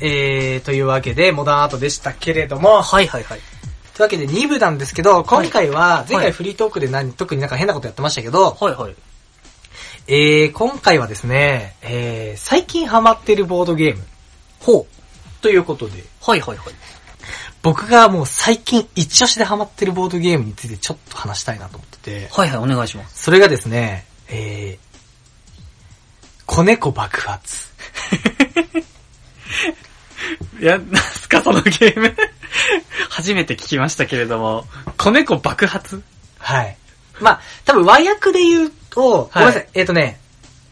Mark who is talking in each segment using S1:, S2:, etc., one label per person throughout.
S1: えー、というわけで、モダンアートでしたけれども、
S2: はいはいはい。
S1: というわけで2部なんですけど、今回は、前
S2: はい
S1: 回フリートークで何、特になんか変なことやってましたけど、
S2: はいはい。
S1: えー、今回はですね、えー、最近ハマってるボードゲーム
S2: ほう。
S1: ということで、
S2: はいはいはい。
S1: 僕がもう最近一押しでハマってるボードゲームについてちょっと話したいなと思ってて、
S2: はいはい、お願いします。
S1: それがですね、えー、子猫爆発。
S2: いや、なんすかそのゲーム。 初めて聞きましたけれども、子猫爆発
S1: はい。まあ、多分和訳で言うと、ごめんなさ
S2: はい
S1: い、えっ、とね、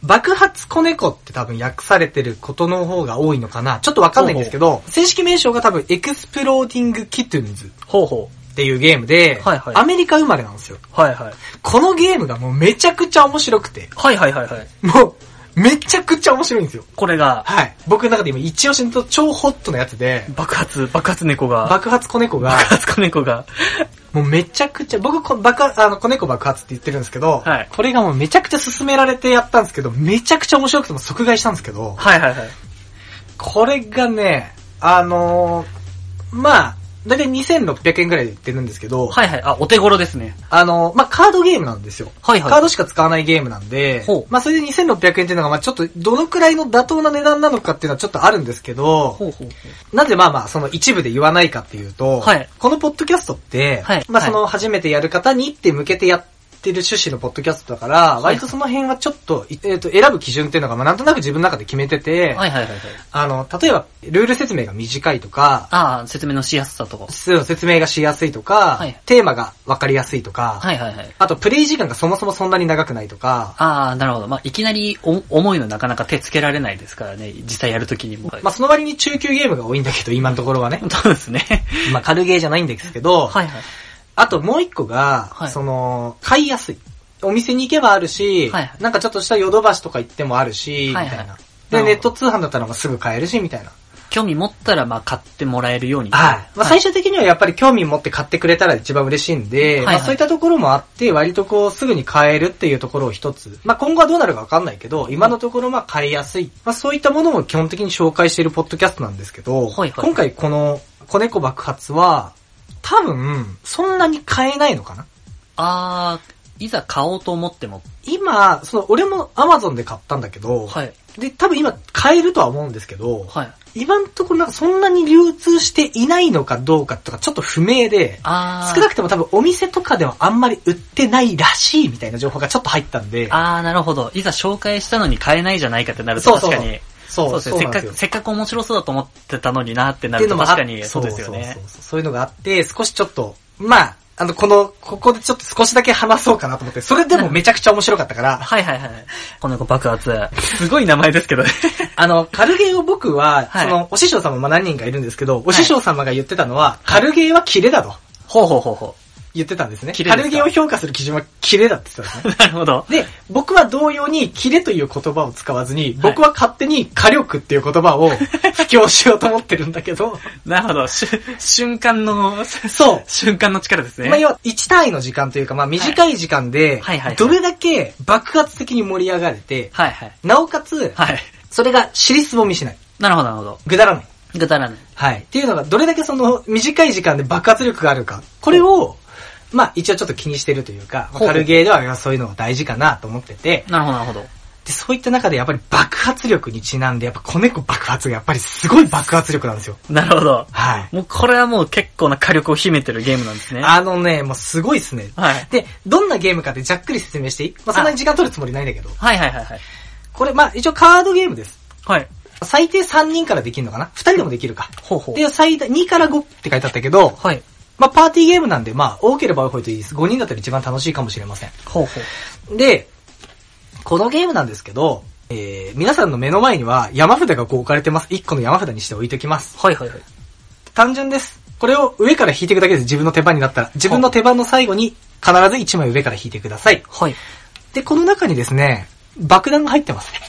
S1: 爆発子猫って多分訳されてることの方が多いのかな。ちょっとわかんないんですけど、正式名称が多分エクスプローディングキトゥンズっ
S2: ほうほ
S1: ていうゲームで、
S2: はいはい
S1: アメリカ生まれなんですよ。
S2: う。はいはい。
S1: このゲームがもうめちゃくちゃ面白くて、
S2: はいはいはいはい。
S1: もうめちゃくちゃ面白いんですよ。
S2: これが、
S1: はい。僕の中で今一押しの超ホットなやつで、
S2: 爆発、爆発猫が、
S1: 爆発子猫が
S2: 爆、発子猫が、
S1: もうめちゃくちゃ、僕こ、爆発、あの、子猫爆発って言ってるんですけど、
S2: はい
S1: これがもうめちゃくちゃ勧められてやったんですけど、めちゃくちゃ面白くても即買いしたんですけど、
S2: はいはいはい。
S1: これがね、あのーまあ、だいたい2600円くらいで売ってるんですけど、
S2: はいはい、あ、お手頃ですね。
S1: あのーまあ、カードゲームなんですよ。
S2: はいはい
S1: カードしか使わないゲームなんで
S2: ほう、
S1: まあ、それで2600円っていうのが、まあ、ちょっと、どのくらいの妥当な値段なのかっていうのはちょっとあるんですけど、
S2: ほうほうほ
S1: なぜまあまあ、その一部で言わないかっていうと、
S2: はい
S1: このポッドキャストって、
S2: はい
S1: まあその初めてやる方にって向けてやってる趣旨のポッドキャストだから、
S2: い
S1: 割とその辺はちょっと、いえっ、と、選ぶ基準っていうのが、まあなんとなく自分の中で決めてて、
S2: う。はいはいはいはい。
S1: あの、例えば、ルール説明が短いとか、
S2: ああ、説明のしやすさとか。
S1: そう説明がしやすいとか、
S2: はい
S1: テーマがわかりやすいとか、
S2: はいはいはい。
S1: あとプレイ時間がそもそもそんなに長くないとか、
S2: ああ、なるほど。まあ、いきなりお重いのなかなか手つけられないですからね、実際やるときにも。
S1: まあその割に中級ゲームが多いんだけど、今のところはね。
S2: そうですね。
S1: まあ軽ゲーじゃないんですけど、
S2: はいはい。
S1: あともう一個が、
S2: はい
S1: その、買いやすい。お店に行けばあるし、
S2: はいはい
S1: なんかちょっとしたヨドバシとか行ってもあるし、
S2: はいは
S1: み
S2: い
S1: たいな。で、
S2: なるほど
S1: ネット通販だったらまあすぐ買えるし、みたいな。
S2: 興味持ったら、まあ、買ってもらえるように。
S1: まあ、最終的にはやっぱり興味持って買ってくれたら一番嬉しいんで、
S2: はい
S1: まあ、そういったところもあって、割とこうすぐに買えるっていうところを一つ。まあ、今後はどうなるかわかんないけど、今のところまあ買いやすい。まあ、そういったものも基本的に紹介しているポッドキャストなんですけど、
S2: はいはい
S1: 今回この子猫爆発は、多分、そんなに買えないのかな
S2: ああ、いざ買おうと思っても。
S1: 今、その、俺も Amazon で買ったんだけど、
S2: はい。
S1: で、多分今買えるとは思うんですけど、
S2: はい。
S1: 今のところなんかそんなに流通していないのかどうかとかちょっと不明で、
S2: ああ。
S1: 少なくても多分お店とかではあんまり売ってないらしいみたいな情報がちょっと入ったんで、
S2: ああ、なるほど。いざ紹介したのに買えないじゃないかってなると
S1: そう
S2: 確
S1: そう
S2: かに。
S1: そう、
S2: ですね。せっ
S1: なんで
S2: か
S1: すよ
S2: く、せっかく面白そうだと思ってたのになってな
S1: ってい
S2: る
S1: う
S2: と
S1: のもあ
S2: 確かに、そうですよ
S1: そう
S2: ね
S1: そう。そうそういうのがあって、少しちょっと、まあ、あの、この、ここでちょっと少しだけ話そうかなと思って、それでもめちゃくちゃ面白かったから、
S2: はいはいはい。この子爆発。すごい名前で すけどね。
S1: あの、カルゲーを僕は、
S2: はい
S1: その、お師匠様、まあ何人かいるんですけど、お師匠様が言ってたのは、カルゲーはキレだと
S2: ほうほうほうほ
S1: 言ってたんですね。
S2: キレ
S1: カ
S2: ですか
S1: ルゲーを評価する基準はキレだって言ってたんです
S2: う
S1: ね。。
S2: なるほど。
S1: で、僕は同様に、キレという言葉を使わずに、
S2: はい
S1: 僕は勝手に火力っていう言葉を布教しようと思ってるんだけ ど、
S2: なるほど。しゅ瞬間の、
S1: そう。
S2: 瞬間の力ですね。
S1: まあ、要は1単位の時間というか、まあ、短い時間で
S2: はいはいはい、
S1: どれだけ爆発的に盛り上がれて、
S2: はいはい。
S1: なおかつ、
S2: はい。
S1: それが尻すぼみしない。
S2: なるほどなるほど。
S1: ぐだらない。
S2: ぐだらない。
S1: はい。っていうのが、どれだけその短い時間で爆発力があるか。これを、まあ一応ちょっと気にしてるというか、まあ
S2: ほう
S1: 軽ゲーではそういうのが大事かなと思ってて、
S2: なるほどなるほど。
S1: で、そういった中でやっぱり爆発力にちなんで、やっぱ子猫爆発がやっぱりすごい爆発力なんですよ。
S2: なるほど。
S1: はい。
S2: もうこれはもう結構な火力を秘めてるゲームなんですね。
S1: あのね、もうすごいっすね。
S2: はい。
S1: で、どんなゲームかってざっくり説明していいまあそんなに時間取るつもりないんだけど。
S2: はいはいはいはい。
S1: これ、まあ一応カードゲームです。
S2: はい。
S1: 最低3人からできるのかな ?2 人でもできるか。
S2: ほうほう。
S1: で、最大2から5って書いてあったけど、
S2: はい。
S1: まあ、パーティーゲームなんで、まあ、多ければ多いほどいいです。5人だったら一番楽しいかもしれません。
S2: ほうほう。
S1: で、このゲームなんですけど、えー、皆さんの目の前には山札がこう置かれてます。1個の山札にして置いておきます。
S2: はいはいはい。
S1: 単純です。これを上から引いていくだけです。自分の手番になったら。自分の手番の最後に必ず1枚上から引いてください。
S2: はい。
S1: で、この中にですね、爆弾が入ってますね。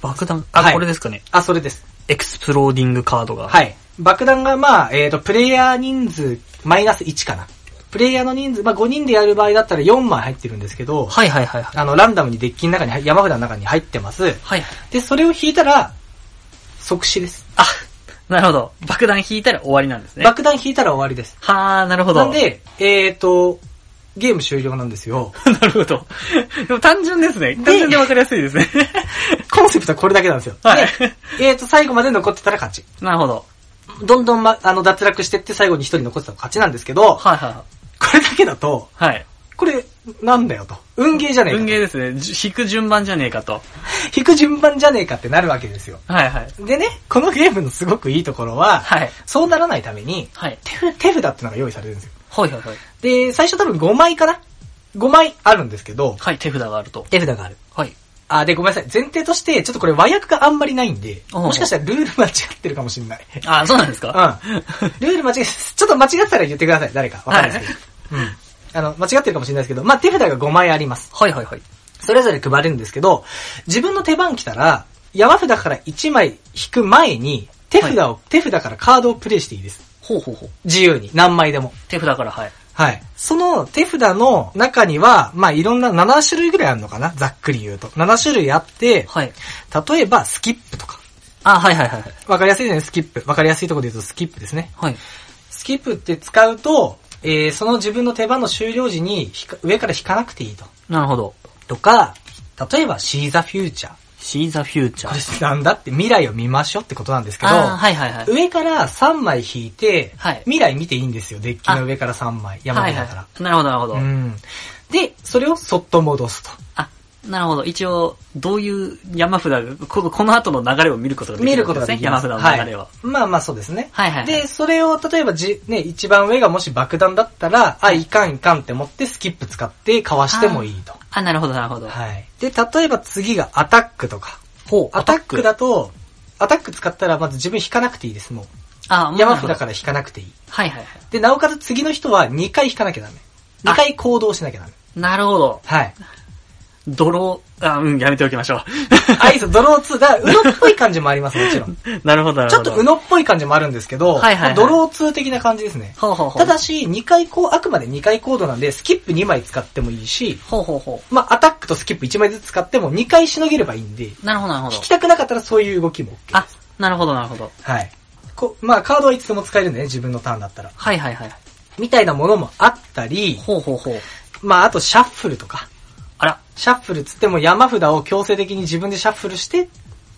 S2: 爆弾。あ、
S1: はい
S2: これですかね。
S1: あ、それです。
S2: エクスプローディングカードが。
S1: はい。爆弾が、まあ、えっ、と、プレイヤー人数、マイナス1かな。プレイヤーの人数、まあ、5人でやる場合だったら4枚入ってるんですけど、
S2: はいはいはいはい。
S1: あの、ランダムにデッキの中に、山札の中に入ってます。
S2: はい。
S1: で、それを引いたら、即死です。
S2: あ、なるほど。爆弾引いたら終わりなんですね。
S1: 爆弾引いたら終わりです。
S2: はー、なるほど。
S1: なんで、えーと、ゲーム終了なんですよ。
S2: なるほど。でも単純ですね。単純でわかりやすいですね。
S1: コンセプトはこれだけなんですよ。
S2: はい。
S1: で、えーと、最後まで残ってたら勝ち。
S2: なるほど。
S1: どんどん、ま、あの、脱落してって最後に一人残ってたら勝ちなんですけど、こ
S2: はいは
S1: れだけだと、
S2: いはい。
S1: これ、なんだよと。運ゲーじゃねえかと。
S2: 運ゲーですね。じ引く順番じゃねえかと。
S1: 引く順番じゃねえかってなるわけですよ。
S2: はいはい。
S1: でね、このゲームのすごくいいところは、
S2: はい。
S1: そうならないために、
S2: はい。
S1: 手札手札ってのが用意されるんですよ。
S2: はいはいはい。
S1: で、最初多分5枚かな ?5 枚あるんですけど、
S2: はい、手札があると。
S1: 手札がある。
S2: はい。
S1: あ、で、ごめんなさい。前提として、ちょっとこれ和訳があんまりないんで、
S2: おう
S1: もしかしたらルール間違ってるかもしれない。
S2: あ、そうなんですか
S1: うん。ルール間違え、ちょっと間違ってたら言ってください。誰か。わかんないですけど。うん。あの、間違ってるかもしれないですけど、まあ手札が5枚あります。
S2: はいはいはい。
S1: それぞれ配れるんですけど、自分の手番来たら、山札から1枚引く前に、手札を、手札からカードをプレイしていいです。
S2: ほうほうほう。
S1: 自由に。何枚でも。
S2: 手札からはい。
S1: はい。その手札の中には、まあいろんな7種類ぐらいあるのかなざっくり言うと。7種類あって、
S2: はい。
S1: 例えばスキップとか。
S2: あ、はいはいはいはい。
S1: わかりやすいですね、スキップ。わかりやすいところで言うとスキップですね。
S2: はい。
S1: スキップって使うと、えーその自分の手番の終了時に引か上から引かなくていいと。
S2: なるほど。
S1: とか、例えばシーザフューチャー。
S2: シーザフューチャ
S1: こ
S2: ー。
S1: れなんだって未来を見ましょうってことなんですけど、
S2: あーはいはいはい。
S1: 上から3枚引いて、
S2: はい
S1: 未来見ていいんですよ。デッキの上から3枚。山
S2: は
S1: 札
S2: い
S1: だ
S2: は
S1: から、
S2: い。なるほどなるほど。
S1: うん。で、それをそっと戻すと。
S2: あ、なるほど。一応、どういう山札が、このこの後の流れを見ることができ
S1: 見る
S2: る
S1: こ
S2: ん
S1: とが
S2: です
S1: で
S2: ね。
S1: きま
S2: 山
S1: す。
S2: 札の流れを。
S1: い。まあまあそうですね。
S2: はいはいはい
S1: で、それを例えばじ、ね、一番上がもし爆弾だったら、あ、いかんいかんって思ってスキップ使ってかわしてもいいと。
S2: あ、なるほどなるほど。
S1: はい。で、例えば次がアタックとか。
S2: ほ
S1: アタック。だと、アタック使ったらまず自分引かなくていいです、も
S2: あ、も
S1: う。
S2: う
S1: 山札から引かなくていい。
S2: はいはいは
S1: で、なおかつ次の人は2回引かなきゃダメ。2回行動しなきゃダメ。
S2: い。なるほど。
S1: はい。
S2: ドロー、あ、うん、やめておきましょう。
S1: アイス、ドロー2だ、うのっぽい感じもあります、もちろん。
S2: なるほどなる
S1: ちょ
S2: ほ
S1: っ
S2: ど。
S1: とうのっぽい感じもあるんですけど、
S2: はいはいはい
S1: ドロー2的な感じですね。
S2: ほうほうほ
S1: た
S2: う。
S1: だし、2回こう、あくまで2回コードなんで、スキップ2枚使ってもいいし、
S2: ほうほうほ
S1: まあ、アタックとスキップ1枚ずつ使っても2回しのげればいいんで、
S2: う。なるほどなるほど
S1: 引き。たくなかったらそういう動きも OK
S2: あ
S1: で、す。
S2: なるほどなるほど。
S1: はい。こまあ、カードはいつでも使えるんでね、自分のターンだったら。
S2: はいはいはい。
S1: みたいなものもあったり、
S2: ほうほうほう。
S1: まあ、あとシャッフルとか。
S2: あら。
S1: シャッフルつっても山札を強制的に自分でシャッフルして、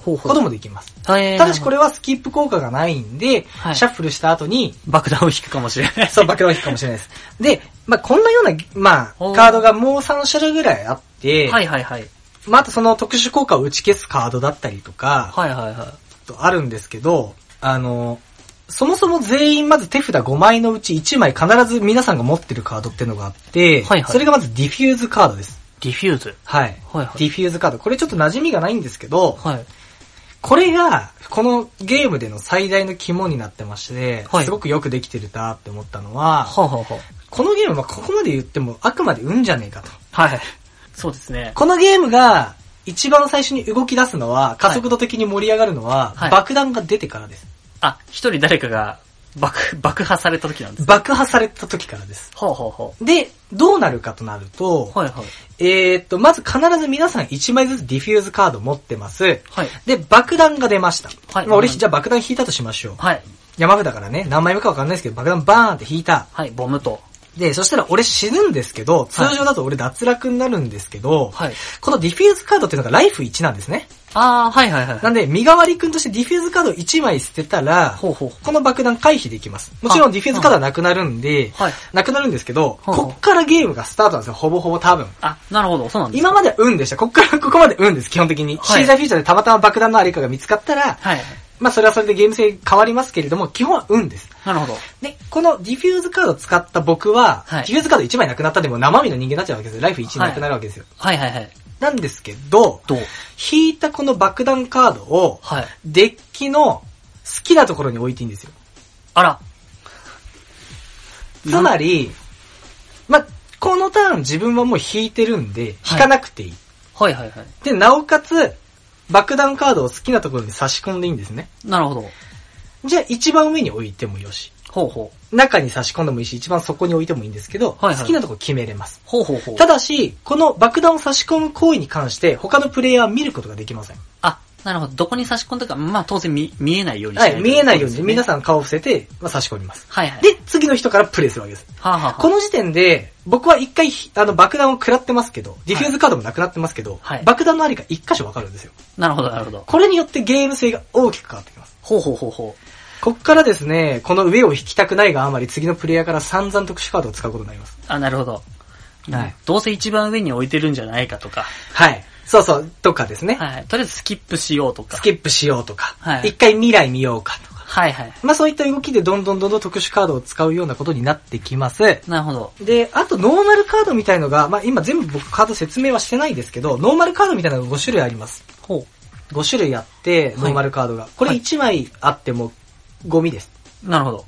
S2: ほう
S1: こともできます。
S2: た
S1: ただしこれはスキップ効果がないんで、
S2: はい
S1: シャッフルした後に、
S2: 爆弾を引くかもしれ ない。
S1: そう、爆弾を引くかもしれないです。で、まあこんなような、まあ
S2: おー
S1: カードがもう3種類ぐらいあって、
S2: はいはいはい。
S1: まあ、あとその特殊効果を打ち消すカードだったりとか、
S2: はいはいはい。
S1: とあるんですけど、あの、そもそも全員まず手札5枚のうち1枚必ず皆さんが持ってるカードってのがあって、
S2: はいはい
S1: それがまずディフューズカードです。
S2: ディフューズ。
S1: はい。
S2: はいは
S1: デ
S2: い。
S1: ィフューズカード。これちょっと馴染みがないんですけど、
S2: はい。
S1: これが、このゲームでの最大の肝になってまして、
S2: はい
S1: すごくよくできてるなって思ったのは、
S2: ほうほうほう。
S1: このゲームはここまで言ってもあくまで運じゃねえかと。
S2: はい。そうですね。
S1: このゲームが一番最初に動き出すのは、加速度的に盛り上がるのは、
S2: はい
S1: 爆弾が出てからです。
S2: あ、一人誰かが爆、爆破された時なんです。
S1: 爆破された時からです。
S2: ほうほうほ
S1: で、どうなるかとなると、
S2: う。はいはい。
S1: えーっと、まず必ず皆さん1枚ずつディフューズカード持ってます。
S2: はい。で、
S1: で、爆弾が出ました。
S2: はい
S1: まあ、俺、
S2: はい
S1: じゃあ爆弾引いたとしましょう。
S2: はい。
S1: 山札からね、何枚目かわかんないですけど、爆弾バーンって引いた。
S2: はい、ボムと。
S1: で、そしたら俺死ぬんですけど、通常だと俺脱落になるんですけど、
S2: はい。
S1: このディフューズカードっていうのがライフ1なんですね。
S2: あー、はいはいはい。
S1: なんで、身代わり君としてディフューズカード1枚捨てたら、
S2: ほうほう。
S1: この爆弾回避できます。もちろんディフューズカードはなくなるんで、
S2: はい。
S1: なくなるんですけど、
S2: はあ
S1: こっからゲームがスタートなんですよ、ほぼほぼ多分。
S2: あ、なるほど、そうなんです。
S1: 今までは運でした。こっから、ここまで運です、基本的に。
S2: はい
S1: シーザーフューチャーでたまたま爆弾のありかが見つかったら、
S2: はい。
S1: まあそれはそれでゲーム性変わりますけれども、基本は運です。
S2: なるほど。
S1: で、このディフューズカードを使った僕は、
S2: はい
S1: ディフューズカード1枚なくなったでも生身の人間になっちゃうわけですよ。ライフ1なくなるわけですよ。
S2: はいはいはい。
S1: なんですけど、
S2: どう
S1: 引いたこの爆弾カードを、
S2: はい。
S1: デッキの好きなところに置いていいんですよ。
S2: あら。
S1: つまり、ま、このターン自分はもう引いてるんで、引かなくていい。
S2: はいはいはい。
S1: で、なおかつ、爆弾カードを好きなところに差し込んでいいんですね。
S2: なるほど。
S1: じゃあ一番上に置いてもよし。
S2: ほうほう。
S1: 中に差し込んでもいいし、一番底に置いてもいいんですけど、
S2: はいはい
S1: 好きなところ決めれます。
S2: ほうほうほう。
S1: ただし、この爆弾を差し込む行為に関して、他のプレイヤーは見ることができません。
S2: あ、なるほど。どこに差し込んだか、まあ当然見見えないようにし
S1: はい、見えないように、皆
S2: ん。
S1: さん顔を伏せて、まあ、差し込みます。
S2: はいはい。
S1: で、次の人からプレイするわけです。
S2: はあ、はあはあ
S1: この時点で、僕は一回ひ、あの、爆弾を食らってますけど、ディフューズカードもなくなってますけど、
S2: はい
S1: 爆弾のありが一箇所わかるんですよ。
S2: なるほど、なるほど。
S1: これによってゲーム性が大きく変わってきます。
S2: ほうほうほうほう。
S1: こっからですね、この上を引きたくないがあまり次のプレイヤーから散々特殊カードを使うことになります。
S2: あ、なるほど。
S1: はい。
S2: どうせ一番上に置いてるんじゃないかとか。
S1: はい。そうそう、とかですね。
S2: はい。とりあえずスキップしようとか。
S1: スキップしようとか、
S2: はい
S1: 一回未来見ようかとか。
S2: はいはい。
S1: まあそういった動きでどんどんどんどん特殊カードを使うようなことになってきます。
S2: なるほど。
S1: で、あとノーマルカードみたいのが、まあ今全部僕カード説明はしてないですけど、ノーマルカードみたいなのが5種類あります。
S2: ほう。
S1: 5種類あって、ノーマルカードが。これ1枚あってもゴミです。
S2: なるほど。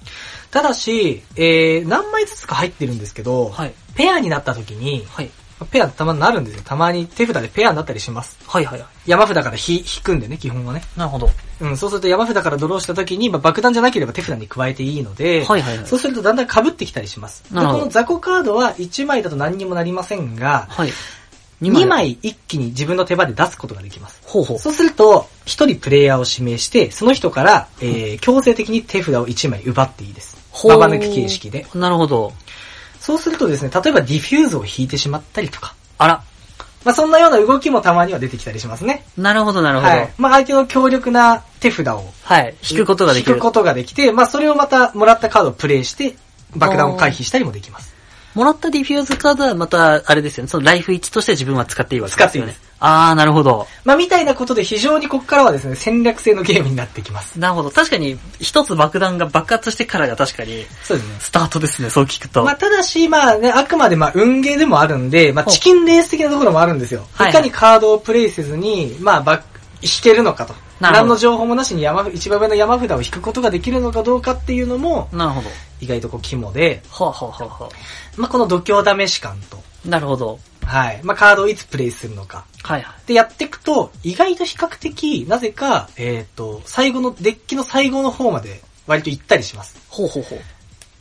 S1: ただし、えー、何枚ずつか入ってるんですけど、
S2: はい。
S1: ペアになった時に、
S2: はい。
S1: ペアたまになるんですよ。たまに手札でペアになったりします。
S2: はいはいは
S1: 山札から引引くんでね、基本はね。
S2: い。なるほど。は
S1: うん、そうすると山札からドローした時に、まあ、爆弾じゃなければ手札に加えていいので、
S2: いはいはい。
S1: そうするとだんだん被ってきたりします。で
S2: なるほど
S1: この雑魚カードは1枚だと何にもなりませんが、
S2: はい。
S1: 2
S2: 二
S1: 枚一気に自分の手番で出すことができます。
S2: ほうほう。
S1: そうすると、1人プレイヤーを指名して、その人から、えー強制的に手札を1枚奪っていいです。
S2: ほう
S1: ババ抜き形式で。。
S2: なるほど。
S1: そうするとですね、例えばディフューズを引いてしまったりとか、
S2: あら。
S1: まあ、そんなような動きもたまには出てきたりしますね。
S2: なるほどなるほど。
S1: はい。まあ、相手の強力な手札を
S2: はい。引くことができ
S1: 引
S2: る
S1: く。ことができて、まあ、それをまたもらったカードをプレイして、爆弾を回避したりもできます。
S2: もらったディフューズカードはまた、あれですよね。そのライフ1として自分は使っていいわけですよ
S1: 使っていい
S2: ね。
S1: で
S2: あー、なるほど。
S1: まあ、みたいなことで非常にここからはですね、戦略性のゲームになってきます。
S2: なるほど。確かに、一つ爆弾が爆発してからが確かに、
S1: そうですね。
S2: スタートですね、そう聞くと。
S1: まあ、ただし、まあね、あくまでまあ、運ゲーでもあるんで、まあ、
S2: ほう
S1: チキンレース的なところもあるんですよ。
S2: はい
S1: いかにカードをプレイせずに、まあ、ば、引けるのかと。
S2: なるほど
S1: 何の情報もなしに山、一番上の山札を引くことができるのかどうかっていうのも、
S2: なるほど。
S1: 意外とこう、肝で、
S2: ほうほうほうほ
S1: まあ、この度胸試し感と、
S2: う。なるほど。
S1: はい。まあ、カードをいつプレイするのか。
S2: はいはい。
S1: で、やっていくと、意外と比較的、なぜか、えっ、と、最後の、デッキの最後の方まで、割と行ったりします。
S2: ほうほうほ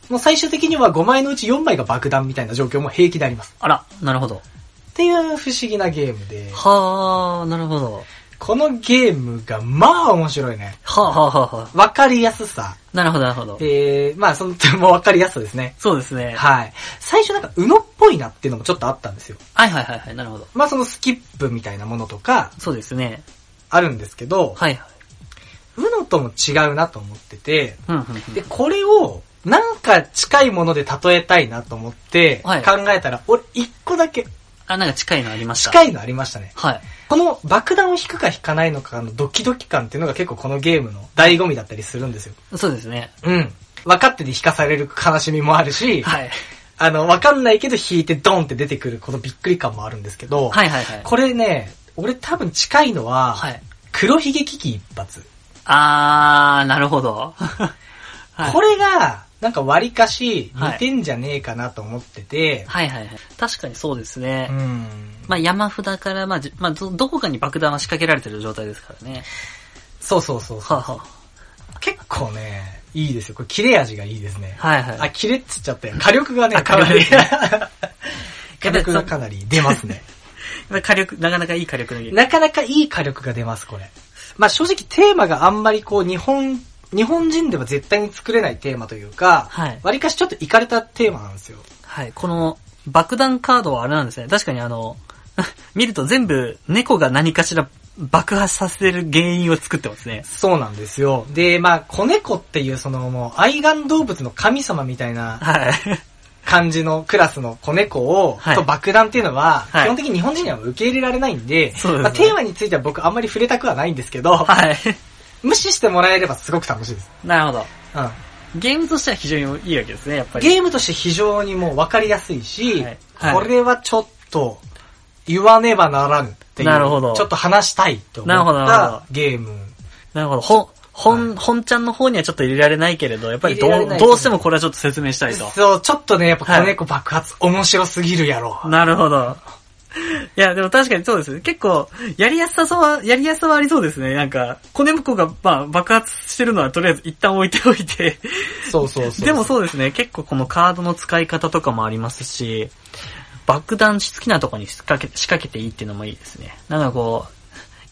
S2: う。
S1: もう最終的には5枚のうち4枚が爆弾みたいな状況も平気であります。
S2: あら、なるほど。
S1: っていう不思議なゲームで、
S2: はー、なるほど。
S1: このゲームが、まあ面白いね。
S2: はあ、はあはあはあ、
S1: わかりやすさ。
S2: なるほど、なるほど。
S1: えー、まあその、もうわかりやすさですね。
S2: そうですね。は
S1: はい。最初なんか、うのっぽいなっていうのもちょっとあったんですよ。
S2: いはいはいはい、なるほど。
S1: まあそのスキップみたいなものとか、
S2: そうですね。
S1: あるんですけど、
S2: はいはい。
S1: うのとも違うなと思ってて、
S2: うん、うん、うん。
S1: で、これを、なんか近いもので例えたいなと思って、考
S2: はい
S1: えたら、俺、一個だけ
S2: あ、なんか近いのありました。
S1: 近
S2: い。
S1: いのありましたね。
S2: はい。
S1: この爆弾を引くか引かないのかのドキドキ感っていうのが結構このゲームの醍醐味だったりするんですよ。
S2: そうですね。
S1: うん。分かってて引かされる悲しみもあるし、
S2: はい。
S1: あの、分かんないけど引いてドンって出てくるこのびっくり感もあるんですけど、
S2: はいはいはい。
S1: これね、俺多分近いのは、
S2: はい。
S1: 黒ひげ危機一発。
S2: あー、なるほど。はい
S1: これが、なんか割かし
S2: はい
S1: 似てんじゃねえかなと思ってて、
S2: はいはいはい。確かにそうですね。
S1: うん。
S2: まあ山札から、まあ、じまあど、どこかに爆弾は仕掛けられてる状態ですからね。
S1: そうそうそうそう。
S2: はあ、は
S1: 結構ね、いいですよ。これ切れ味がいいですね。
S2: あ、はいはい。
S1: あ、切れっつっちゃったよ。火力がね、
S2: あ
S1: かなり
S2: 火。
S1: 火力がかなり出ます ね。
S2: まあ火力、なかなかいい火力のゲーム。
S1: なかなかいい火力が出ます、これ。まあ正直テーマがあんまりこう、日本、日本人では絶対に作れないテーマというか、
S2: はい
S1: 割かしちょっといかれたテーマなんですよ。
S2: はい。この爆弾カードはあれなんですね。確かにあの、 見ると全部猫が何かしら爆破させる原因を作ってますね。
S1: そうなんですよ。で、まあ、子猫っていうそのもう、愛玩動物の神様みたいな
S2: はい。
S1: 感じのクラスの子猫を、
S2: はい
S1: と爆弾っていうのは、
S2: はい
S1: 基本的に日本人には受け入れられないんで、
S2: そうですね
S1: まあ、テーマについては僕あんまり触れたくはないんですけど、
S2: はい。
S1: 無視してもらえればすごく楽しいです。
S2: なるほど。
S1: うん、
S2: ゲームとしては非常にいいわけですね、やっぱり。
S1: ゲームとして非常にもう分かりやすいし、
S2: はいはい
S1: これはちょっと言わねばならんっていう、
S2: なるほど
S1: ちょっと話したいと思
S2: なるほど
S1: っ
S2: なるほ
S1: たゲーム。
S2: なるほど。ほ、本、
S1: はい
S2: 本ちゃんの方にはちょっと入れられないけれど、やっぱり
S1: 入
S2: ど
S1: れられな
S2: う、
S1: い
S2: どうしてもこれはちょっと説明したいと。
S1: そう、ちょっとね、やっぱ子猫爆発、面白すぎるやろ。
S2: なるほど。 いや、でも確かにそうです。結構、やりやすさそうは、やりやすさはありそうですね。なんか、子猫が、まあ、爆発してるのはとりあえず一旦置いておいて。
S1: そうそうそう。
S2: でもそうですね、結構このカードの使い方とかもありますし、爆弾好きなとこに仕掛け仕掛けていいっていうのもいいですね。なんかこう、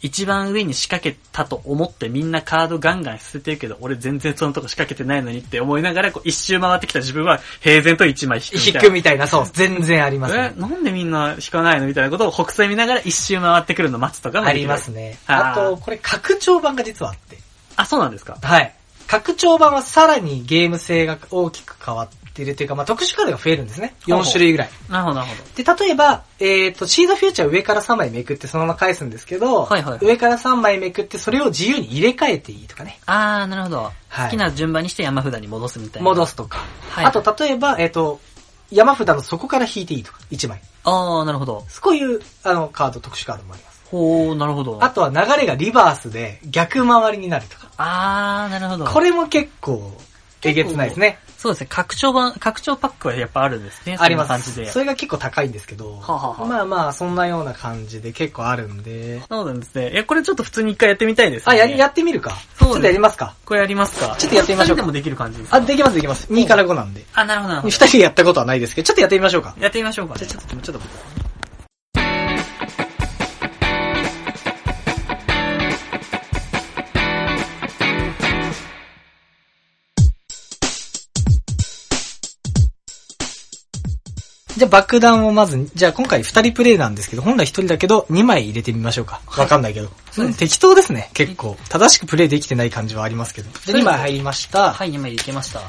S2: 一番上に仕掛けたと思ってみんなカードガンガン捨ててるけど、俺全然そのとこ仕掛けてないのにって思いながら、こう一周回ってきた自分は平然と一枚引くみ
S1: 引
S2: たい
S1: く
S2: な。
S1: みたいな、そう、全然ありますね
S2: え、。なんでみんな引かないのみたいなことを北斎見ながら一周回ってくるの待つとかも
S1: あ
S2: でき
S1: り
S2: る
S1: ます。ね。
S2: あー
S1: あと、これ拡張版が実はあって。
S2: あ、そうなんですか
S1: はい。拡張版はさらにゲーム性が大きく変わってるというか、まあ、特殊カードが増えるんですね。4
S2: ほうほう
S1: 種類ぐらい。
S2: なるほど、なるほど。
S1: で、例えば、えっ、と、シードフューチャーを上から3枚めくってそのまま返すんですけど、
S2: はいはいはい
S1: 上から3枚めくってそれを自由に入れ替えていいとかね。
S2: あー、なるほど。
S1: はい
S2: 好きな順番にして山札に戻すみたいな。
S1: 戻
S2: す。
S1: すとか。
S2: はい。
S1: あと、例えば、えっ、と、山札の底から引いていいとか、1枚。
S2: あー、なるほど。
S1: こういう、あの、カード、特殊カードもあります。
S2: ほー、なるほど。
S1: あとは流れがリバースで逆回りになるとか。
S2: あー、なるほど。
S1: これも結構、えげつないですね。
S2: そうですね、拡張版、拡張パックはやっぱあるんですね。
S1: ありま
S2: そんな感
S1: す
S2: じで。。
S1: それが結構高いんですけど、
S2: ははは
S1: まあまあ、そんなような感じで結構あるんで、
S2: そうなんですね。いや、これちょっと普通に一回やってみたいです、
S1: あ、
S2: ね。
S1: やり、やってみるか。ち
S2: そうです
S1: ょっとやりますか。
S2: これやりますか
S1: ちょっとやってみましょうか
S2: 二人でもできる感じですか
S1: あ、できますできます。2から5なんで。
S2: あ、なるほど、なるほ
S1: 2
S2: ど。
S1: 人でやったことはないですけど、ちょっとやってみましょうか。
S2: やってみましょうか、
S1: じゃ
S2: ね
S1: あ。ちょっと、ちょっと。じゃあ爆弾をまず、じゃあ今回2人プレイなんですけど、本来1人だけど2枚入れてみましょうか。わかんないけど。
S2: そうです
S1: 適当ですね、結構。正しくプレイできてない感じはありますけど。
S2: そ
S1: で、
S2: うで
S1: 2
S2: す
S1: 枚入りました。
S2: はい、今いけました。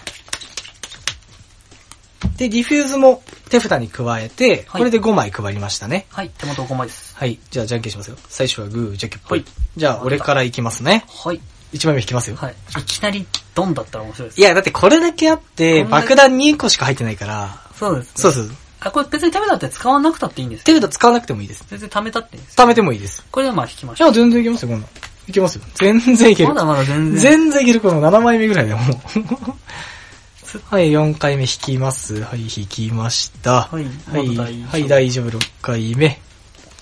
S1: で、ディフューズも手札に加えて、
S2: はい
S1: これで5枚配りましたね。
S2: はい、手元5枚です。
S1: はい。じゃあ、じゃんけんしますよ。最初はグー、じゃんけんぽい。
S2: はい
S1: じゃあ、俺からいきますね。
S2: はい。
S1: 1枚目引きますよ。。
S2: はいい。いきなり、ドンだったら面白いです。
S1: や、だってこれだけあって、
S2: こんだけ
S1: 爆弾2個しか入ってないから、
S2: そうです、ね。
S1: そうそう。
S2: あ、これ別に手札って使わなくたっていいんです
S1: 手札使わなくてもいいです。
S2: 全然貯めたっていいんです。
S1: 貯めてもいいです。
S2: これでまあ引きまし
S1: じ
S2: ょ。
S1: ゃあ、全然いけますよ、こんなん。いけますよ。全然いうける
S2: ま。だまだ全然。
S1: 全然いける、この7枚目ぐらいでも う。はい、4回目引きます。はい、引きました。
S2: はい
S1: はい、
S2: まだ大丈夫
S1: はい、大丈夫、6回目。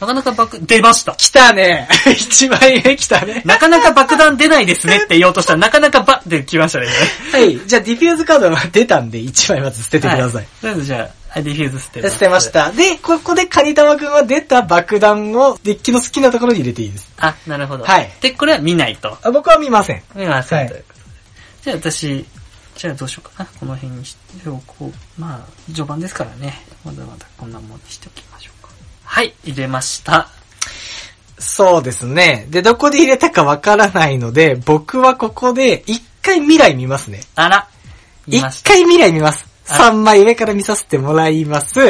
S2: なかなか爆、出ました。
S1: 来たね !1 枚目来たね。
S2: なかなか爆弾出ないですねって言おうとしたら、なかなかバッて来ましたね。
S1: はい。じゃあ、ディフューズカードは 出たんで、1枚まず捨ててください。
S2: はとりあえずじゃあ、はいディフューズ捨てます
S1: 捨てまし。た。で、ここでカニタマくんは出た爆弾をデッキの好きなところに入れていいです。
S2: あ、なるほど。
S1: はい
S2: で、これは見ないと。
S1: あ僕は見ません。
S2: 見ません、
S1: はい
S2: ということでじゃあ私、じゃあどうしようかな。この辺にしておこう。まあ、序盤ですからね。まだまだこんなもんにしておきましょうか。はい、入れました。
S1: そうですね。で、どこで入れたかわからないので、僕はここで一回未来見ますね。
S2: あら、見
S1: 一
S2: ました。
S1: 回未来見ます。
S2: あ
S1: 3枚上から見させてもらいます。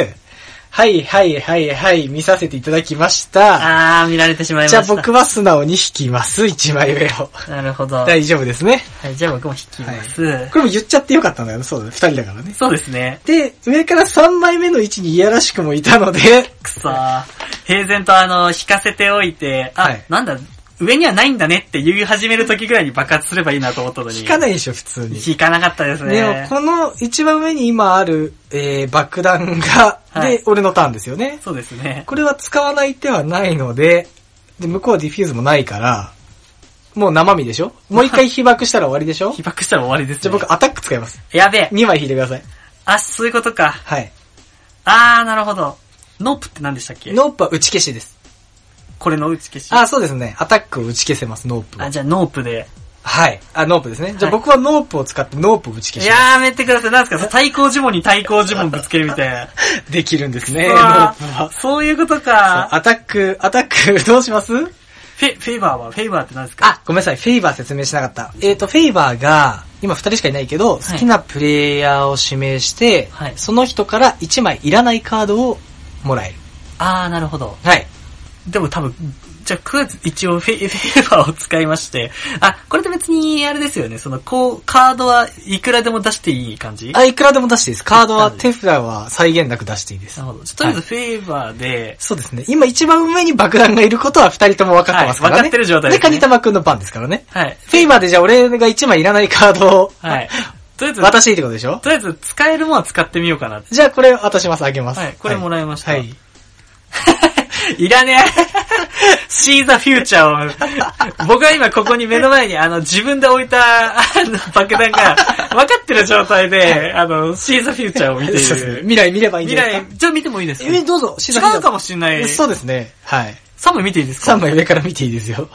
S1: はいはいはいはい、見させていただきました。
S2: あー、見られてしまいまし
S1: じゃ
S2: た。
S1: あ僕は素直に引きます、1枚上 を。
S2: なるほど。はい、
S1: 大丈夫ですね。
S2: じゃあ僕も引きます。
S1: これも言っちゃってよかったんだよね。そうだね。二人だからね。
S2: そうですね。
S1: で、上から3枚目の位置にいやらしくもいたので、
S2: くそー。平然とあの、引かせておいて、あ、
S1: はい
S2: なんだ、上にはないんだねって言い始める時ぐらいに爆発すればいいなと思ったのに。
S1: 引かないでしょ、普通に。
S2: 引かなかったですね。
S1: でも、この一番上に今ある、えー、爆弾が、
S2: はい
S1: で、俺のターンですよね。
S2: そうですね。
S1: これは使わない手はないので、で、向こうはディフューズもないから、もう生身でしょもう一回被爆したら終わりでしょ
S2: 被爆したら終わりです、ね。
S1: じゃあ僕アタック使います。
S2: やべえ。
S1: 2枚引いてください。
S2: あ、そういうことか。
S1: はい。
S2: あー、なるほど。ノープって何でしたっけ
S1: ノープは打ち消しです。
S2: これの打ち消し。
S1: あ、そうですね。アタックを打ち消せます、ノープは
S2: あ、。じゃあノープで。
S1: はい。あ、ノープですね。じゃあ
S2: はい
S1: 僕はノープを使ってノープを打ち消します
S2: やーめてください。なんすかその対抗呪文に対抗呪文ぶつけるみたいな。
S1: できるんですね、
S2: う
S1: ノー
S2: わ
S1: プ
S2: ー
S1: は。
S2: そういうことか。
S1: アタック、アタック、どうします
S2: フェ、フェイバーはフェイバーって何ですか
S1: あ、ごめんなさい、フェイバー説明しなかった。えっ、と、フェイバーが、今二人しかいないけど、
S2: い
S1: 好きなプレイヤーを指名して、
S2: はい
S1: その人から一枚いらないカードをもらえる。
S2: あー、なるほど。
S1: はい。
S2: でも多分、じゃあ9月一応フェイフェイバーを使いまして、あ、これで別にあれですよね、その、こう、カードはいくらでも出していい感じ
S1: あ、いくらでも出していいです。カードは手札は再現なく出していいです
S2: な。るほど。ちょとりあえずフェイバーで、
S1: そうですね。今一番上に爆弾がいることは二人とも分かってますからね。
S2: はい分かってる状態
S1: で、
S2: ですすね
S1: カニタマくんの番ですからね。
S2: はい。
S1: フェイバーでじゃあ俺が一枚いらないカードを、
S2: はい。とりあえ ず、
S1: 渡していいってことでしょ
S2: とりあえず使えるものは使ってみようかな。
S1: じゃあこれ渡します、あげます。
S2: はい、これもらいました。
S1: はい。
S2: いらねえ。 シーザフューチャーを。僕は今ここに目の前にあの自分で置いたあの爆弾が分かってる状態で、あの、シーザフューチャーを見てい
S1: そうですね
S2: る。
S1: 未来見ればいいん
S2: 未
S1: じゃないです
S2: 来、じゃあ見てもいいです
S1: か。え、
S2: か
S1: どうぞ、
S2: 違うかもしれない。
S1: そうですね。はい。
S2: 3枚見ていいですか
S1: 3枚上から見ていいですよ。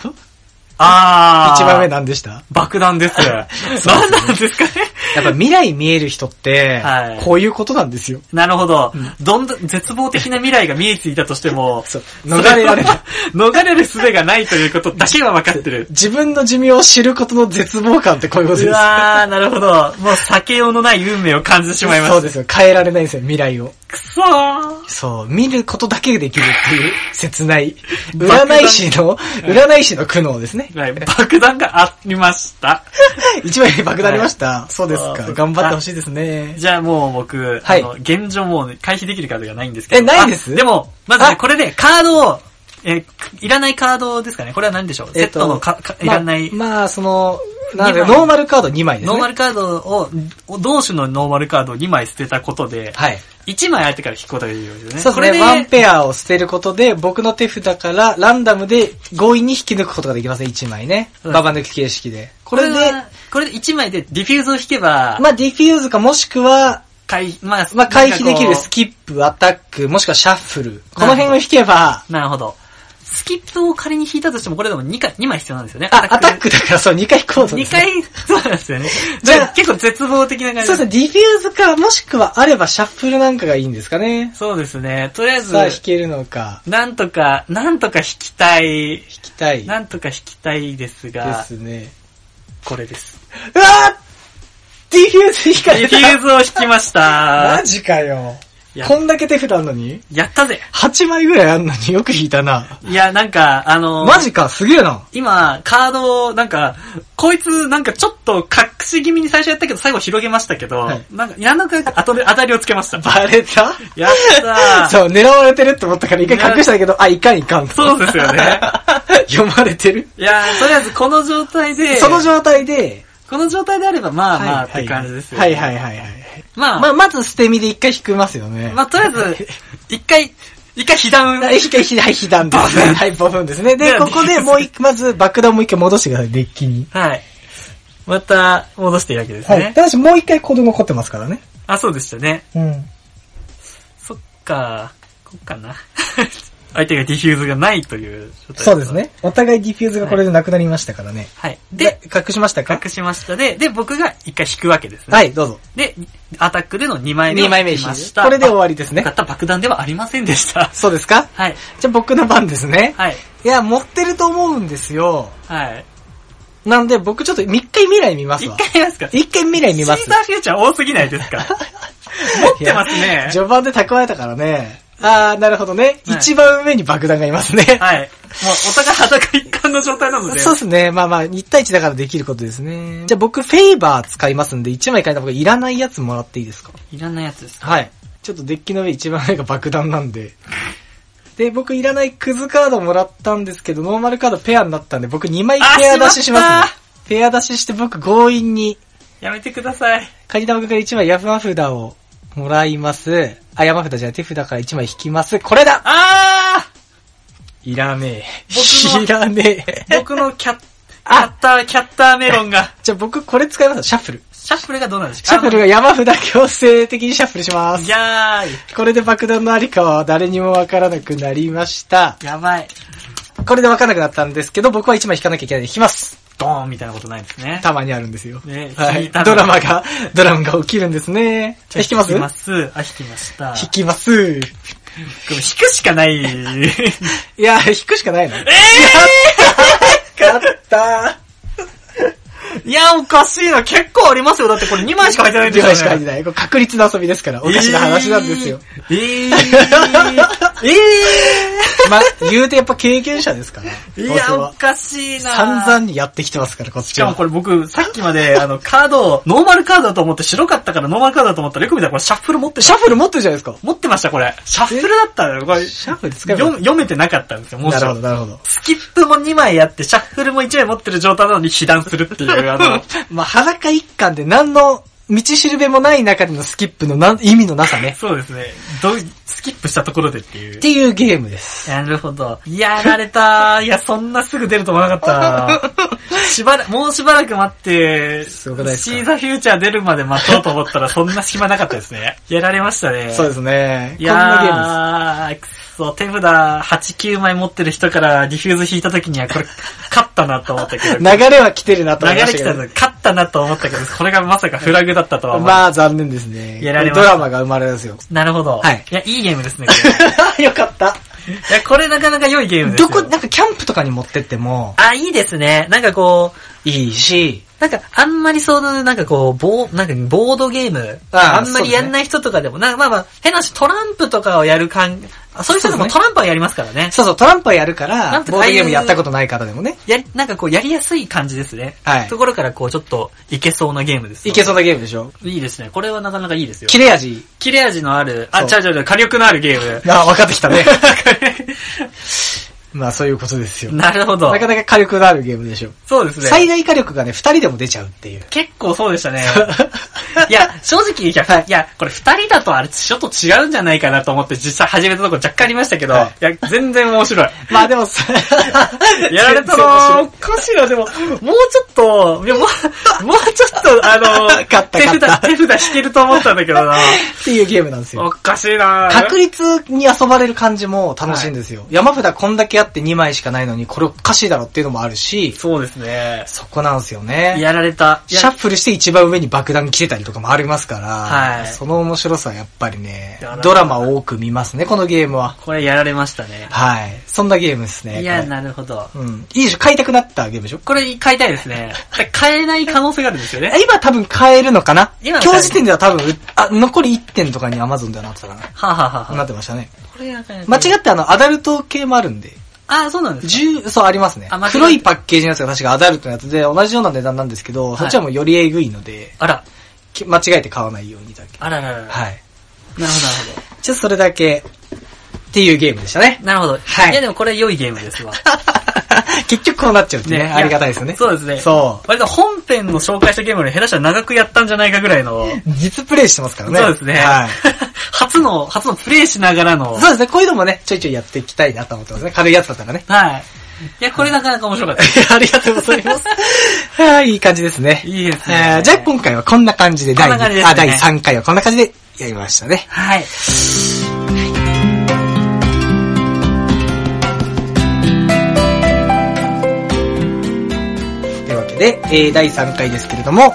S2: あー。
S1: 一番上何でした
S2: 爆 弾です。何なんですかね
S1: やっぱ未来見える人って
S2: はい、
S1: こういうことなんですよ。
S2: なるほど。どんどん絶望的な未来が見えていたとしても、
S1: そう逃れられない。
S2: 逃れる術がないということだけは分かってる。
S1: 自分の寿命を知ることの絶望感ってこういうこと
S2: う
S1: です。
S2: わー、なるほど。もう避けようのない運命を感じてしまいました。
S1: そうですよ。変えられないんですよ、未来を。
S2: くそー。
S1: そう、見ることだけでできるっていう、切 ない。占い師の、占い師の苦悩ですね。
S2: はい、爆弾がありました。
S1: 一枚に爆弾ありました。そうです
S2: そ
S1: か。
S2: う
S1: 頑張ってほしいですね。
S2: じゃあもう僕、
S1: はい
S2: あの、現状もう回避できるカードがないんですけど。
S1: えないです
S2: あでも、まずね、
S1: あ
S2: これでカードを、えーいらないカードですかねこれは何でしょう、
S1: え
S2: セ
S1: っ
S2: ッ
S1: と
S2: トのかかいらない、
S1: まあ、まあ、その、なんだろう
S2: 二枚
S1: ノーマルカード2枚ですね。
S2: ノーマルカードを、お同種のノーマルカードを2枚捨てたことで、
S1: はい。
S2: 1枚相手から引くことができるんですよね。
S1: そうです
S2: これ
S1: ね。ワンペアを捨てることで、僕の手札からランダムで強引に引き抜くことができますね、1枚ね。
S2: うん
S1: ババ抜き形式で。こ
S2: こ
S1: れ
S2: れ
S1: で、
S2: で、これで1枚でディフューズを引けば、
S1: まあ、ディフューズかもしくは、
S2: 回避、まあ、
S1: まあ、回避でき
S2: なんかこう
S1: るスキップ、アタック、もしくはシャッフル。この辺を引けば、
S2: なるほど。スキップを仮に引いたとしても、これでも2回、二枚必要なんですよね。
S1: あ、アタックだからそう、2回行こうと。
S2: 二回、そうなんですよね。
S1: じ
S2: じ
S1: ゃ
S2: ゃ
S1: あ
S2: あ、結構絶望的な感じ。
S1: そうですね、ディフューズか、もしくはあればシャッフルなんかがいいんですかね。
S2: そうですね。とりあえず
S1: さあ、、引けるのか、
S2: なんとか、なんとか引きたい。
S1: 引きたいで
S2: なんとか引きたいですが、
S1: すね。
S2: これです。
S1: うわーディフューズ引か
S2: デ
S1: れ
S2: ィフ
S1: た
S2: ューズを引きまし
S1: マ
S2: た。
S1: ジかよ。
S2: いや
S1: こんだけ手札あんのに
S2: やったぜ。
S1: ?8 枚ぐらいあんのによく引いたな。
S2: いや、なんか、あの、
S1: マジか、すげえな。
S2: 今、カードを、なんか、こいつ、なんかちょっと隠し気味に最初やったけど、最後広げましたけど、
S1: はい
S2: なんか、やらなく当たり当たりをつけました。
S1: バレた
S2: やった ー。
S1: そう、狙われてるって思ったから一回隠したけど、あ、いかんいかんと。
S2: そうですよね。
S1: 読まれてる
S2: いやー、とりあえずこの状態で、
S1: その状態で、
S2: この状態であれば、まあまあ
S1: は
S2: っ
S1: いはい
S2: て感じですよ、
S1: はいはいはいはい。
S2: まあ、
S1: まあ、まず捨て身で一回引きますよね。
S2: まあ、とりあえず、一回、一回被 弾。
S1: はい、ひ、ひ、はい、ひだんですね。はい、ボブンですね。
S2: い
S1: で、
S2: や
S1: ここでもう一 まず爆弾をもう一回戻してください、デッキに。
S2: はい。また、戻しているわけですね。
S1: はい。ただしもう一回行動残ってますからね。
S2: あ、そうでしたね。
S1: うん。
S2: そっか、こっかな。 相手がディフューズがないという状態
S1: そうです。ね。お互いディフューズがこれでなくなりましたからね。
S2: はい。
S1: で
S2: で、、
S1: 隠しましたか
S2: 隠しましたで、で、僕が一回引くわけですね。
S1: はい、どうぞ。
S2: で、アタックでの2枚目を
S1: 2枚目引
S2: き
S1: き
S2: ま
S1: ま
S2: し。
S1: したた。これで終わりです
S2: ね。
S1: ね
S2: 買っ。た爆弾ではありません でした。
S1: そうですか
S2: はい。
S1: じゃあ僕の番ですね。
S2: はい。
S1: いや、持ってると思うんですよ。
S2: はい。
S1: なんで僕ちょっと一回未来見ます
S2: 一
S1: わ
S2: 回。見ますか
S1: 一回未来見ま
S2: シ
S1: す
S2: ーザ。ーフューチャー多すぎな いですか持ってます
S1: いや
S2: ね。
S1: 序盤で蓄えたからね。あー、なるほどね。
S2: はい
S1: 一番上に爆弾がいますね。
S2: はい。もうお互い裸一貫の状態なので。
S1: そうですね。まあまあ、1対1だからできることですね。じゃあ僕、フェイバー使いますんで、1枚変えた僕いらないやつもらっていいですか
S2: いらないやつですか
S1: はい。ちょっとデッキの上一番上が爆弾なんで。で、僕いらないクズカードもらったんですけど、ノーマルカードペアになったんで、僕2枚ペア出しし
S2: あしま
S1: ま
S2: っ
S1: すね。ペア出しして僕強引に、
S2: やめてくだ さい。
S1: カニ玉くんから1枚山札をもらいます。あ、山札じゃない手札から1枚引きます。これだ
S2: あ
S1: いらね
S2: 僕
S1: え。
S2: の
S1: いらねえ。
S2: ー僕のキャッ、キャ
S1: あ
S2: ッター、キャッターメロンが。
S1: じゃあ僕これ使いますシャッフル。
S2: シャッフルがどうなんですか
S1: シャッフルが
S2: が。
S1: 山札強制的にシャッフルします。
S2: ギャー
S1: これで爆弾のありかは誰にもわからなくなりました。
S2: イ。やばい。
S1: これでわからなくなったんですけど、僕は1枚引かなきゃいけないんで引きます。
S2: ドーンみたいなことないですね。
S1: たまにあるんですよ。
S2: ね
S1: は
S2: 引
S1: い
S2: いた。の
S1: ドラマが、ドラマが起きるんですね。じゃあ引きます
S2: 引き
S1: 引
S2: ます。あ、引きました。引
S1: きます。
S2: く、引くしかない。
S1: いや、引くしかないの。
S2: え
S1: 勝った
S2: ー、いや、おかしいな。結構ありますよ。だってこれ2枚しか入ってないん
S1: 2
S2: ですよ、ね。
S1: 枚しか入ってない。これ確率の遊びですから、おかしな話なんですよ。。
S2: え ー、えー、え
S1: まあ、言うてやっぱ経験者ですから。
S2: ー、い
S1: 僕
S2: や、お
S1: は
S2: かしいな。
S1: 散々にやってきてますから、こっ
S2: し
S1: ち
S2: か
S1: は
S2: も。これ僕、さっき まで、あの、カードを、ノーマルカードだと思って、白かったからノーマルカードだと思ったら、よく見たらこれシャッフル持って
S1: シ
S2: た
S1: ャッフル持ってるじゃないですか。
S2: 持ってました、これ。シャッフルだったのよ、これ。
S1: シャッフル使えば
S2: 読読めてなかったんですよ、も
S1: な
S2: し
S1: るほど、なるほど。
S2: スキップも2枚やって、シャッフルも1枚持ってる状態なのに、被弾するっていう、あの、
S1: まあ、裸一貫で何の道しるべもない中でのスキップのなん意味のなさね。
S2: そうですね。どう、スキップしたところでっていう
S1: っ。ていうゲームです。
S2: なるほど。やられたー。いや、そんなすぐ出ると思わなかったなしばら、もうしばらく待って、シ
S1: すごくないですか
S2: ーザフューチャー出るまで待とうと思ったら、そんな暇なかったですね。やられましたね。
S1: そうですね。
S2: い
S1: こんなゲームで
S2: やー、くそう、手札8、9枚持ってる人からディフューズ引いた時には、これ、勝ったなと思ったけど。
S1: 流れは来てるなと
S2: 流
S1: 思い
S2: れ
S1: ました
S2: 来
S1: け
S2: た
S1: ど。
S2: の、勝ったなと思ったけど、これがまさかフラグだったとは思う。
S1: まあ残念ですね。
S2: やられまし
S1: ド
S2: た
S1: ラマが生まれますよ。
S2: なるほど。
S1: はい
S2: いや、いいゲームですね、こ れ。
S1: よかった。
S2: いや、これなかなか良いゲームです
S1: ど
S2: よ。
S1: こ、なんかキャンプとかに持ってっても
S2: あ、いいですね。なんかこう、
S1: いいし、
S2: なんか、あんまりその、なんかこう、ボー、なんかボードゲーム、
S1: ああ
S2: あんまりやんない人とかでも、なんかまあまあ、変な話、トランプとかをやる感、あそういう人で
S1: そう
S2: も
S1: です
S2: トランプはやりますからね。
S1: そうそう、トランプはやるか
S2: トラ
S1: ら、
S2: ンプ
S1: ボードゲームやったことない方でもね、
S2: やり、なんかこう、やりやすい感じですね。
S1: はい
S2: ところからこう、ちょっと、いけそうなゲームです。
S1: いけそうなゲームでしょ。
S2: う。いいですね。これはなかなかいいですよ。
S1: 切れ味。
S2: 切れ味のある、あ、
S1: そう
S2: ちゃうちゃうちゃう、火力のあるゲー ム。
S1: あ、分かってき たね。まあそういうことですよ。
S2: なるほど
S1: な。かなか火力のあるゲームでしょ。
S2: そうですね。
S1: 最大火力がね、二人でも出ちゃうって いう。
S2: 結構そうでした ね。いや、正直、いや、
S1: はい
S2: いやこれ二人だとあれちょっと違うんじゃないかなと思って実際始めたとこ若干ありましたけど、
S1: はい
S2: い、や、全然面白い。
S1: ま あでもさ、
S2: やられ た のおかしいな、でも、もうちょっと、いや、も う、もうちょっと、あの、
S1: 勝った
S2: 手
S1: 勝った
S2: 札、手札引けると思ったんだけどな。
S1: っていうゲームなんですよ
S2: お。かしいな
S1: 確率に遊ばれる感じも楽しいんですよ。山札こんだけあって2枚しかないのに、これおかしいだろっていうのもあるし、
S2: そうですね。
S1: そこなんですよね。
S2: やられた。い
S1: シ
S2: や
S1: ャッフルして一番上に爆弾来てたりとかもありますから、
S2: はい
S1: その面白さはやっぱりね
S2: いや、
S1: ドラマを多く見ますね、このゲームは。
S2: これやられましたね。
S1: はい。そんなゲームですね。
S2: いや、
S1: こ
S2: なるほど。
S1: れうん。いいでしょ買いたくなったゲームでしょ
S2: これ買いたいですね。買えない可能性があるんですよね。
S1: 今多分買えるのかな今
S2: 今
S1: 日時点では多分、あ、残り1点とかに Amazon ではなってたか
S2: はあ、はあはあ
S1: な。
S2: は
S1: な
S2: あ、
S1: ってましたね。
S2: これやばい
S1: 間違ってあの、アダルト系もあるんで。
S2: ああ、そうなんですか
S1: 10、そうありますね
S2: あ間違え。た
S1: 黒いパッケージのやつが確かアダルトのやつで、同じような値段なんですけど、
S2: い
S1: そっちはもうよりえぐいので、
S2: あら、
S1: き間違えて買わないようにだけ。
S2: あらららら。なる
S1: はい。
S2: ほど、なるほ
S1: ちょっとそれだけ、っていうゲームでしたね
S2: ど。。なるほど。
S1: はい
S2: いや、でもこれ良いゲームですわ。
S1: 結局こうなっちゃうってね、ありがたいですよね。
S2: そうですね。
S1: そう。
S2: 割と本編の紹介したゲームより下手したら長くやったんじゃないかぐらいの。
S1: 実プレイしてますからね。
S2: そうですね。
S1: はい。
S2: 初の、初のプレイしながらの。
S1: そうですね、こういうのもね、ちょいちょいやっていきたいなと思ってますね。軽いやつだった らね。
S2: はい。いや、これなかなか面白かったです。
S1: ありがとうございます。 はい、いい感じですね。
S2: いいですね
S1: えーじゃあ今回はこんな感じで、
S2: こん
S1: 第
S2: な感じです
S1: 二
S2: ね
S1: あ第3回はこんな感じでやりましたね。
S2: はい。
S1: というわけで、えー第3回ですけれども、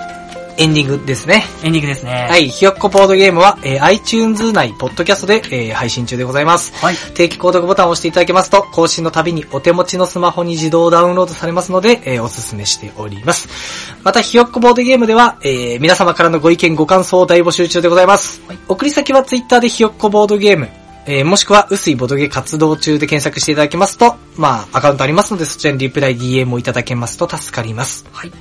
S1: エンディングですね。
S2: エンディングですね。
S1: は。い、ひよっこボードゲームは、えー iTunes 内、ポッドキャストで、えー配信中でございます。
S2: はい。
S1: 定期購読ボタンを押していただけますと、更新のたびにお手持ちのスマホに自動ダウンロードされますので、えーおすすめしております。また、ひよっこボードゲームでは、えー皆様からのご意見、ご感想を大募集中でございます。
S2: はい
S1: 送り先は Twitter でひよっこボードゲーム、えーもしくは、薄いボドゲ活動中で検索していただけますと、まあ、アカウントありますので、そちらにリプライ、DM をいただけますと助かります。
S2: はい。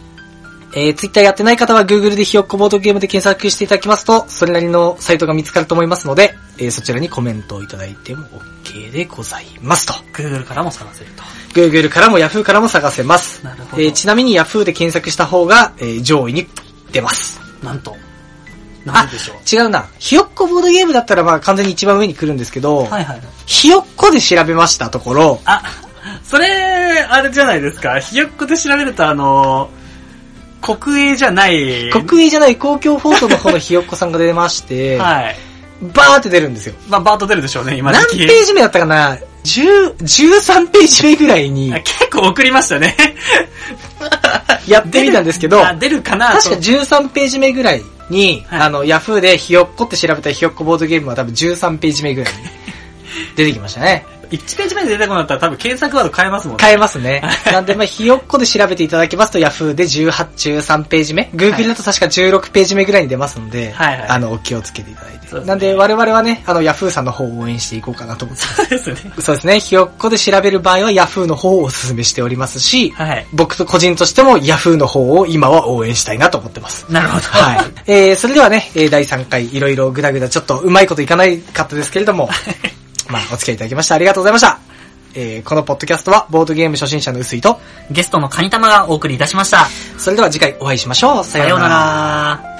S1: えー、Twitter やってない方は Google でひよっこボードゲームで検索していただきますと、それなりのサイトが見つかると思いますので、えーそちらにコメントをいただいても OK でございますと。
S2: Google からも探せると。
S1: Google からも Yahoo からも探せます。
S2: なるほど
S1: えーちなみに Yahoo で検索した方が、えー上位に出ます。
S2: なんと。なんでしょう。
S1: 違うな。ひよっこボードゲームだったらまあ完全に一番上に来るんですけど、
S2: はいはい。
S1: ひよっこで調べましたところ、
S2: あ、それ、あれじゃないですか。ひよっこで調べると、あの、国営じゃない。
S1: 国営じゃない公共放送の方のひよっこさんが出まして、
S2: はい。
S1: バーって出るんですよ。
S2: まあ、バート出るでしょうね、今
S1: 何ページ目だったかな ?10、13ページ目ぐらいに
S2: あ 結構送りまし たね。
S1: やってみたんですけど、
S2: あ、
S1: 確
S2: 出るかな
S1: か
S2: と。
S1: 13ページ目ぐらいに、
S2: はい
S1: あの、ヤフーでひよっこって調べたひよっこボードゲームは多分13ページ目ぐらいに出てきました ね。
S2: 1ページ目で出てこなかったら多分検索ワード変えますもんね。
S1: 変えますね。なんで、まあ、ひよっこで調べていただけますと、ヤフーで18、13ページ目、Google だと確か16ページ目ぐらいに出ますので、
S2: はいはい
S1: あの、お気をつけていただいて。
S2: そうですね
S1: なんで、我々はね、あの、ヤフーさんの方を応援していこうかなと思ってます。
S2: そうですね。
S1: そうですね、ひよっこで調べる場合は Yahoo の方をお勧めしておりますし、
S2: はい。
S1: 僕と個人としても Yahoo の方を今は応援したいなと思って ます。
S2: なるほど。
S1: はい。えー、それではね、えー第3回いろいろぐだぐだちょっとうまいこといかないかったですけれども、まあお付き合いいただきましてありがとうございました。えー、このポッドキャストはボードゲーム初心者の薄井と、
S2: ゲストのカニ玉がお送りいたしました。
S1: それでは次回お会いしましょう。さ
S2: さ
S1: よ
S2: よ
S1: う
S2: う
S1: なら。
S2: なら。